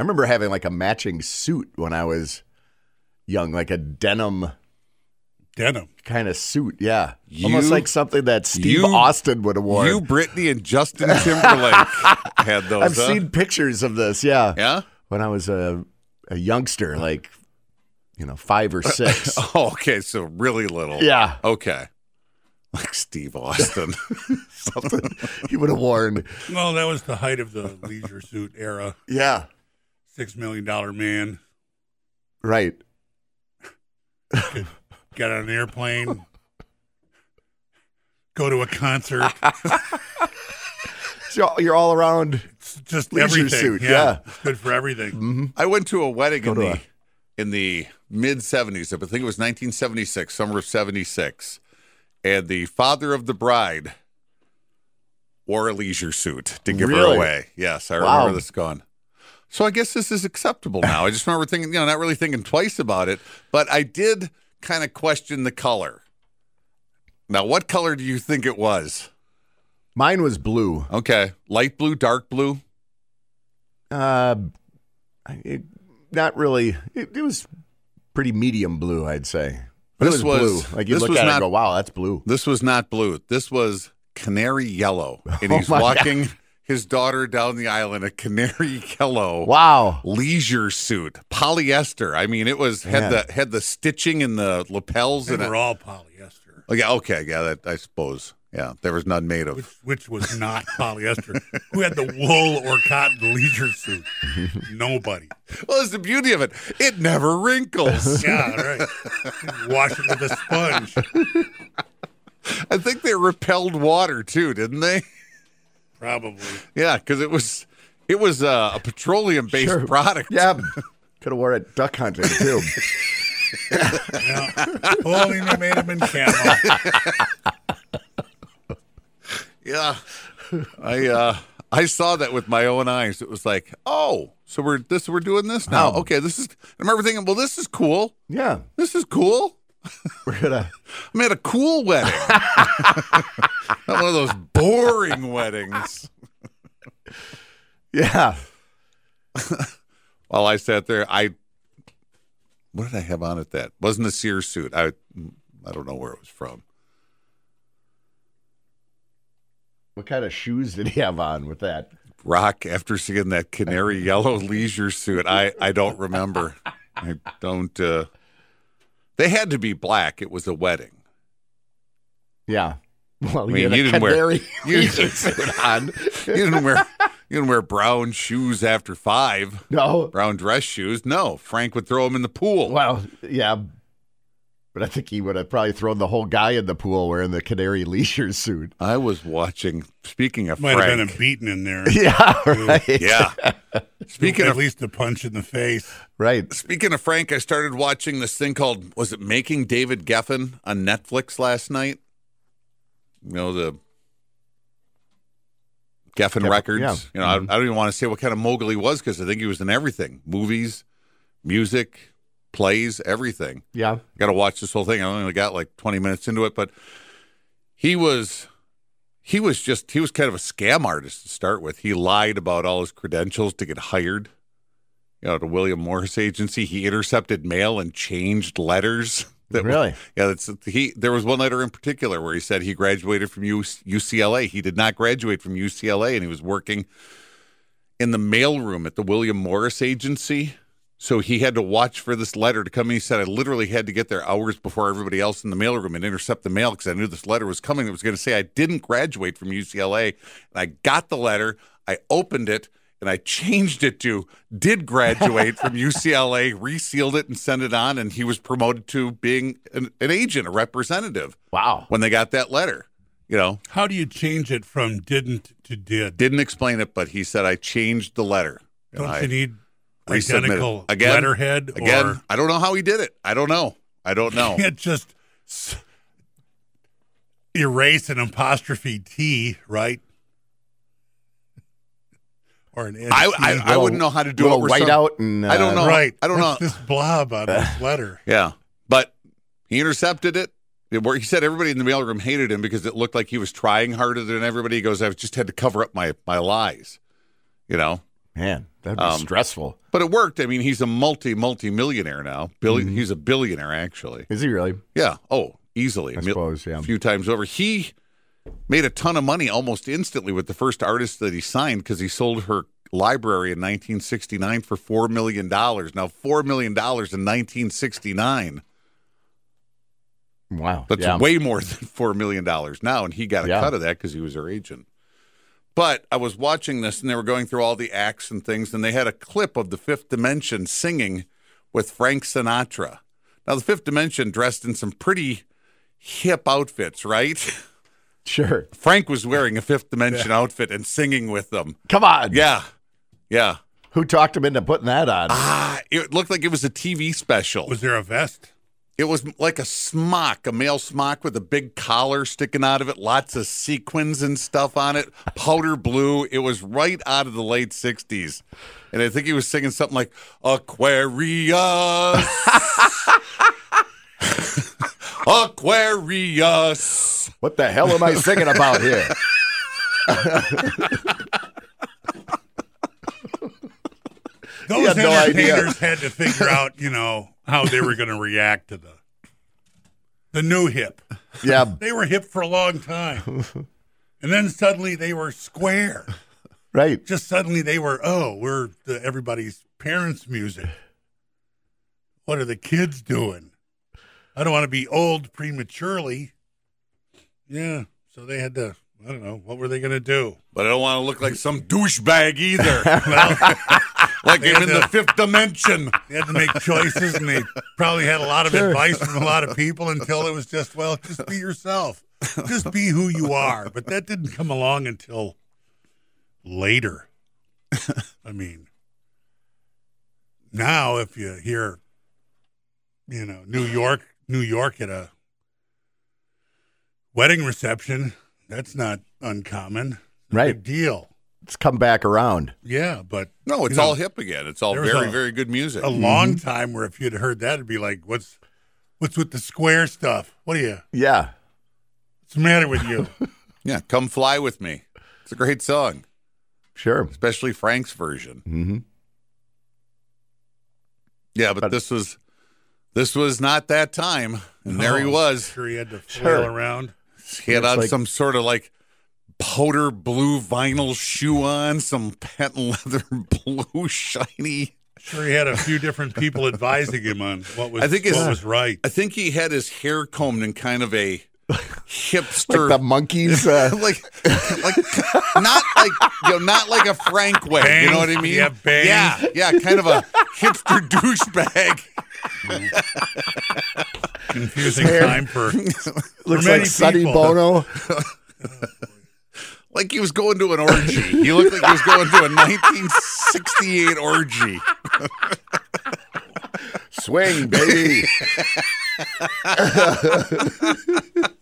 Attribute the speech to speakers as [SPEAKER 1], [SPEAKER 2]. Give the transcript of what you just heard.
[SPEAKER 1] remember having like a matching suit when I was young, like a denim
[SPEAKER 2] Denim.
[SPEAKER 1] kind of suit. Yeah,
[SPEAKER 3] You-
[SPEAKER 1] almost like something that Steve
[SPEAKER 3] you-
[SPEAKER 1] Austin would have worn.
[SPEAKER 3] You, Brittany, and Justin Timberlake had those.
[SPEAKER 1] I've
[SPEAKER 3] huh?
[SPEAKER 1] seen pictures of this. Yeah,
[SPEAKER 3] Yeah.
[SPEAKER 1] when I was a, a youngster, like you know, five or six.
[SPEAKER 3] Oh, okay. So really little.
[SPEAKER 1] yeah,
[SPEAKER 3] Okay. Like Steve Austin.
[SPEAKER 1] he would have worn.
[SPEAKER 2] Well, that was the height of the leisure suit era.
[SPEAKER 1] Yeah,
[SPEAKER 2] Six million dollar man
[SPEAKER 1] right.
[SPEAKER 2] got on an airplane, go to a concert,
[SPEAKER 1] So you're all around.
[SPEAKER 2] It's just
[SPEAKER 1] Leisure
[SPEAKER 2] everything.
[SPEAKER 1] suit, yeah.
[SPEAKER 2] it's good for everything.
[SPEAKER 3] I went to a wedding
[SPEAKER 1] Go
[SPEAKER 3] in
[SPEAKER 1] to
[SPEAKER 3] the in the mid seventies. I think it was nineteen seventy six, summer of seventy six, and the father of the bride wore a leisure suit to give her
[SPEAKER 1] Really?
[SPEAKER 3] away. Yes, I
[SPEAKER 1] Wow.
[SPEAKER 3] remember this gone. So I guess this is acceptable now. I just remember thinking, you know, not really thinking twice about it, but I did kind of question the color. Now, what color do you think it was?
[SPEAKER 1] Mine was blue.
[SPEAKER 3] Okay, light blue, dark blue.
[SPEAKER 1] Uh, I- it, not really. It, it was pretty medium blue, I'd say. But
[SPEAKER 3] This
[SPEAKER 1] it was,
[SPEAKER 3] was-
[SPEAKER 1] blue. Like you
[SPEAKER 3] this
[SPEAKER 1] look
[SPEAKER 3] was
[SPEAKER 1] at it
[SPEAKER 3] not-
[SPEAKER 1] and go, "Wow, that's blue."
[SPEAKER 3] This was not blue. This was canary yellow. And
[SPEAKER 1] Oh
[SPEAKER 3] he's
[SPEAKER 1] my
[SPEAKER 3] walking his daughter down the aisle in a canary yellow
[SPEAKER 1] Wow.
[SPEAKER 3] leisure suit, polyester. I mean, it was had
[SPEAKER 1] Man.
[SPEAKER 3] the had the stitching in the lapels
[SPEAKER 2] They
[SPEAKER 3] and
[SPEAKER 2] were
[SPEAKER 3] it,
[SPEAKER 2] all polyester,
[SPEAKER 3] Oh, yeah, okay, yeah, that I suppose. Yeah, there was none made
[SPEAKER 2] which
[SPEAKER 3] of.
[SPEAKER 2] which was not polyester. Who had the wool or cotton leisure suit? Nobody.
[SPEAKER 3] Well, it's the beauty of it. It never wrinkles.
[SPEAKER 2] Yeah, right. Wash it with a sponge.
[SPEAKER 3] I think they repelled water too, didn't they?
[SPEAKER 2] Probably.
[SPEAKER 3] Yeah, because it was it was uh, a petroleum based
[SPEAKER 1] Sure.
[SPEAKER 3] product.
[SPEAKER 1] Yeah. Could have worn it duck hunting too.
[SPEAKER 2] Yeah. Only they made them in camo.
[SPEAKER 3] Yeah. I uh I saw that with my own eyes. It was like, oh, so we're this we're doing this now. Okay, this is I remember thinking, well, this is cool.
[SPEAKER 1] yeah.
[SPEAKER 3] This is cool.
[SPEAKER 1] We're gonna.
[SPEAKER 3] I'm at a cool wedding. Not one of those boring weddings.
[SPEAKER 1] Yeah.
[SPEAKER 3] While I sat there, I what did I have on at that? Wasn't a Sears suit. I I don't know where it was from.
[SPEAKER 1] What kind of shoes did he have on with that?
[SPEAKER 3] Rock after seeing that canary yellow leisure suit. I I don't remember. I don't. uh They had to be black. It was a wedding.
[SPEAKER 1] Yeah. Well,
[SPEAKER 3] mean,
[SPEAKER 1] he had
[SPEAKER 3] you
[SPEAKER 1] a
[SPEAKER 3] didn't wear-
[SPEAKER 1] canary
[SPEAKER 3] you-
[SPEAKER 1] leisure suit on.
[SPEAKER 3] You didn't wear you didn't wear brown shoes after five.
[SPEAKER 1] No.
[SPEAKER 3] Brown dress shoes. No, Frank would throw them in the pool.
[SPEAKER 1] Well, yeah. But I think he would have probably thrown the whole guy in the pool wearing the canary leisure suit.
[SPEAKER 3] I was watching. Speaking of
[SPEAKER 2] Might have
[SPEAKER 3] Frank,
[SPEAKER 2] been a beating in there.
[SPEAKER 1] Yeah. Right.
[SPEAKER 3] yeah. speaking
[SPEAKER 2] at
[SPEAKER 3] of
[SPEAKER 2] least a punch in the face.
[SPEAKER 1] Right.
[SPEAKER 3] speaking of Frank, I started watching this thing called was it Making David Geffen on Netflix last night. You know the Geffen
[SPEAKER 1] Geffen,
[SPEAKER 3] records.
[SPEAKER 1] yeah. Mm-hmm.
[SPEAKER 3] You know, I, I don't even want to say what kind of mogul he was because I think he was in everything: movies, music, plays, everything.
[SPEAKER 1] Yeah.
[SPEAKER 3] got to watch this whole thing. I only got like 20 minutes into it, but he was he was just he was kind of a scam artist to start with. He lied about all his credentials to get hired. You know, to William Morris agency, he intercepted mail and changed letters. were-
[SPEAKER 1] Really?
[SPEAKER 3] yeah, that's he. There was one letter in particular where he said he graduated from U, UCLA. He did not graduate from UCLA, and he was working in the mailroom at the William Morris agency. So he had to watch for this letter to come. in. He said, I literally had to get there hours before everybody else in the mailroom and intercept the mail because I knew this letter was coming. It was going to say I didn't graduate from UCLA. And I got the letter, I opened it, and I changed it to did graduate from UCLA, resealed it, and sent it on. And he was promoted to being an, an agent, a representative
[SPEAKER 1] Wow.
[SPEAKER 3] when they got that letter. You know,
[SPEAKER 2] How do you change it from didn't to did?
[SPEAKER 3] didn't explain it, but he said, I changed the letter. And
[SPEAKER 2] Don't
[SPEAKER 3] I-
[SPEAKER 2] you need
[SPEAKER 3] resubmit it.
[SPEAKER 2] identical
[SPEAKER 3] Again,
[SPEAKER 2] letterhead?
[SPEAKER 3] Again,
[SPEAKER 2] or
[SPEAKER 3] I don't know how he did it. I don't know. I don't know.
[SPEAKER 2] can't just s- erase an apostrophe T, right? Or an
[SPEAKER 3] I, I, I wouldn't know how to do it.
[SPEAKER 1] Little
[SPEAKER 3] We're
[SPEAKER 1] white
[SPEAKER 3] some-
[SPEAKER 1] out and uh,
[SPEAKER 3] I don't know.
[SPEAKER 2] Right.
[SPEAKER 3] I don't
[SPEAKER 2] What's
[SPEAKER 3] know.
[SPEAKER 2] This blob on this letter.
[SPEAKER 3] Yeah, but he intercepted it. It wor- He said everybody in the mailroom hated him because it looked like he was trying harder than everybody. He goes, I've just had to cover up my my lies. You know,
[SPEAKER 1] Man, That'd be
[SPEAKER 3] Um,
[SPEAKER 1] stressful.
[SPEAKER 3] But it worked. I mean, he's a multi multi millionaire now. Billion. He's a billionaire actually.
[SPEAKER 1] Is he really?
[SPEAKER 3] Yeah. Oh, easily.
[SPEAKER 1] I
[SPEAKER 3] A
[SPEAKER 1] suppose, yeah.
[SPEAKER 3] A few times over. He made a ton of money almost instantly with the first artist that he signed because he sold her library in 1969 for four million dollars. Now four million dollars in 1969.
[SPEAKER 1] Wow.
[SPEAKER 3] That's
[SPEAKER 1] yeah.
[SPEAKER 3] way more than four million dollars now, and he got a
[SPEAKER 1] Yeah.
[SPEAKER 3] cut of that because he was her agent. But I was watching this, and they were going through all the acts and things, and they had a clip of the Fifth Dimension singing with Frank Sinatra. Now, the Fifth Dimension dressed in some pretty hip outfits, right?
[SPEAKER 1] sure.
[SPEAKER 3] Frank was wearing a Fifth Dimension outfit and singing with them.
[SPEAKER 1] Come on.
[SPEAKER 3] Yeah, yeah.
[SPEAKER 1] Who talked him into putting that on?
[SPEAKER 3] Ah, it looked like it was a TV special.
[SPEAKER 2] Was there a vest?
[SPEAKER 3] It was like a smock, a male smock with a big collar sticking out of it, lots of sequins and stuff on it, powder blue. It was right out of the late 60s. And I think he was singing something like Aquarius. Aquarius.
[SPEAKER 1] What the hell am I singing about here?
[SPEAKER 2] Those
[SPEAKER 1] had no idea.
[SPEAKER 2] entertainers had to figure out, you know, how they were going to react to the the new hip.
[SPEAKER 1] Yeah.
[SPEAKER 2] They were hip for a long time, and then suddenly they were square.
[SPEAKER 1] Right.
[SPEAKER 2] Just suddenly they were, oh, we're the, everybody's parents' music. What are the kids doing? I don't want to be old prematurely. Yeah, so they had to. I don't know what were they going to do.
[SPEAKER 3] But I don't want to look like some douchebag either,
[SPEAKER 2] Well,
[SPEAKER 3] like I'm in the fifth dimension.
[SPEAKER 2] They had to make choices, and they probably had a lot of advice from a lot of people until it was just, well, just be yourself, just be who you are. But that didn't come along until later. I mean, now if you hear, you know, New York, New York at a wedding reception, that's not uncommon.
[SPEAKER 1] Right.
[SPEAKER 2] Big deal.
[SPEAKER 1] It's come back around.
[SPEAKER 2] Yeah, but
[SPEAKER 3] No, it's
[SPEAKER 2] You know,
[SPEAKER 3] all hip again. It's all
[SPEAKER 2] there was
[SPEAKER 3] very,
[SPEAKER 2] a-
[SPEAKER 3] very good music.
[SPEAKER 2] a long time where if you'd heard that, it'd be like, "What's, what's with the square stuff? What are you?
[SPEAKER 1] Yeah.
[SPEAKER 2] What's the matter with you?"
[SPEAKER 3] Yeah, come fly with me. It's a great song.
[SPEAKER 1] Sure.
[SPEAKER 3] especially Frank's version.
[SPEAKER 1] hmm
[SPEAKER 3] Yeah, but,
[SPEAKER 1] But-
[SPEAKER 3] this was this was not that time, and there he
[SPEAKER 2] Oh,
[SPEAKER 3] was.
[SPEAKER 2] Sure, he had to
[SPEAKER 1] Sure.
[SPEAKER 2] flail around.
[SPEAKER 3] He had
[SPEAKER 1] Looks
[SPEAKER 3] on
[SPEAKER 1] like-
[SPEAKER 3] some sort of like powder blue vinyl shoe on, some patent leather blue shiny.
[SPEAKER 2] Sure, he had a few different people advising him on what was
[SPEAKER 3] I think it's-
[SPEAKER 2] what was right.
[SPEAKER 3] I think he had his hair combed in kind of a hipster.
[SPEAKER 1] Like the monkeys. Uh,
[SPEAKER 3] like, like, not like, you know, not like a Frank way. You know what I
[SPEAKER 2] Bangs,
[SPEAKER 3] mean?
[SPEAKER 2] yeah, bangs.
[SPEAKER 3] yeah, yeah, kind of a hipster douchebag.
[SPEAKER 2] Confusing time for
[SPEAKER 1] looks
[SPEAKER 2] many
[SPEAKER 1] like Sonny
[SPEAKER 2] people.
[SPEAKER 1] Bono.
[SPEAKER 3] like he was going to an orgy. He looked like he was going to a 1968 orgy.
[SPEAKER 1] Swing, baby.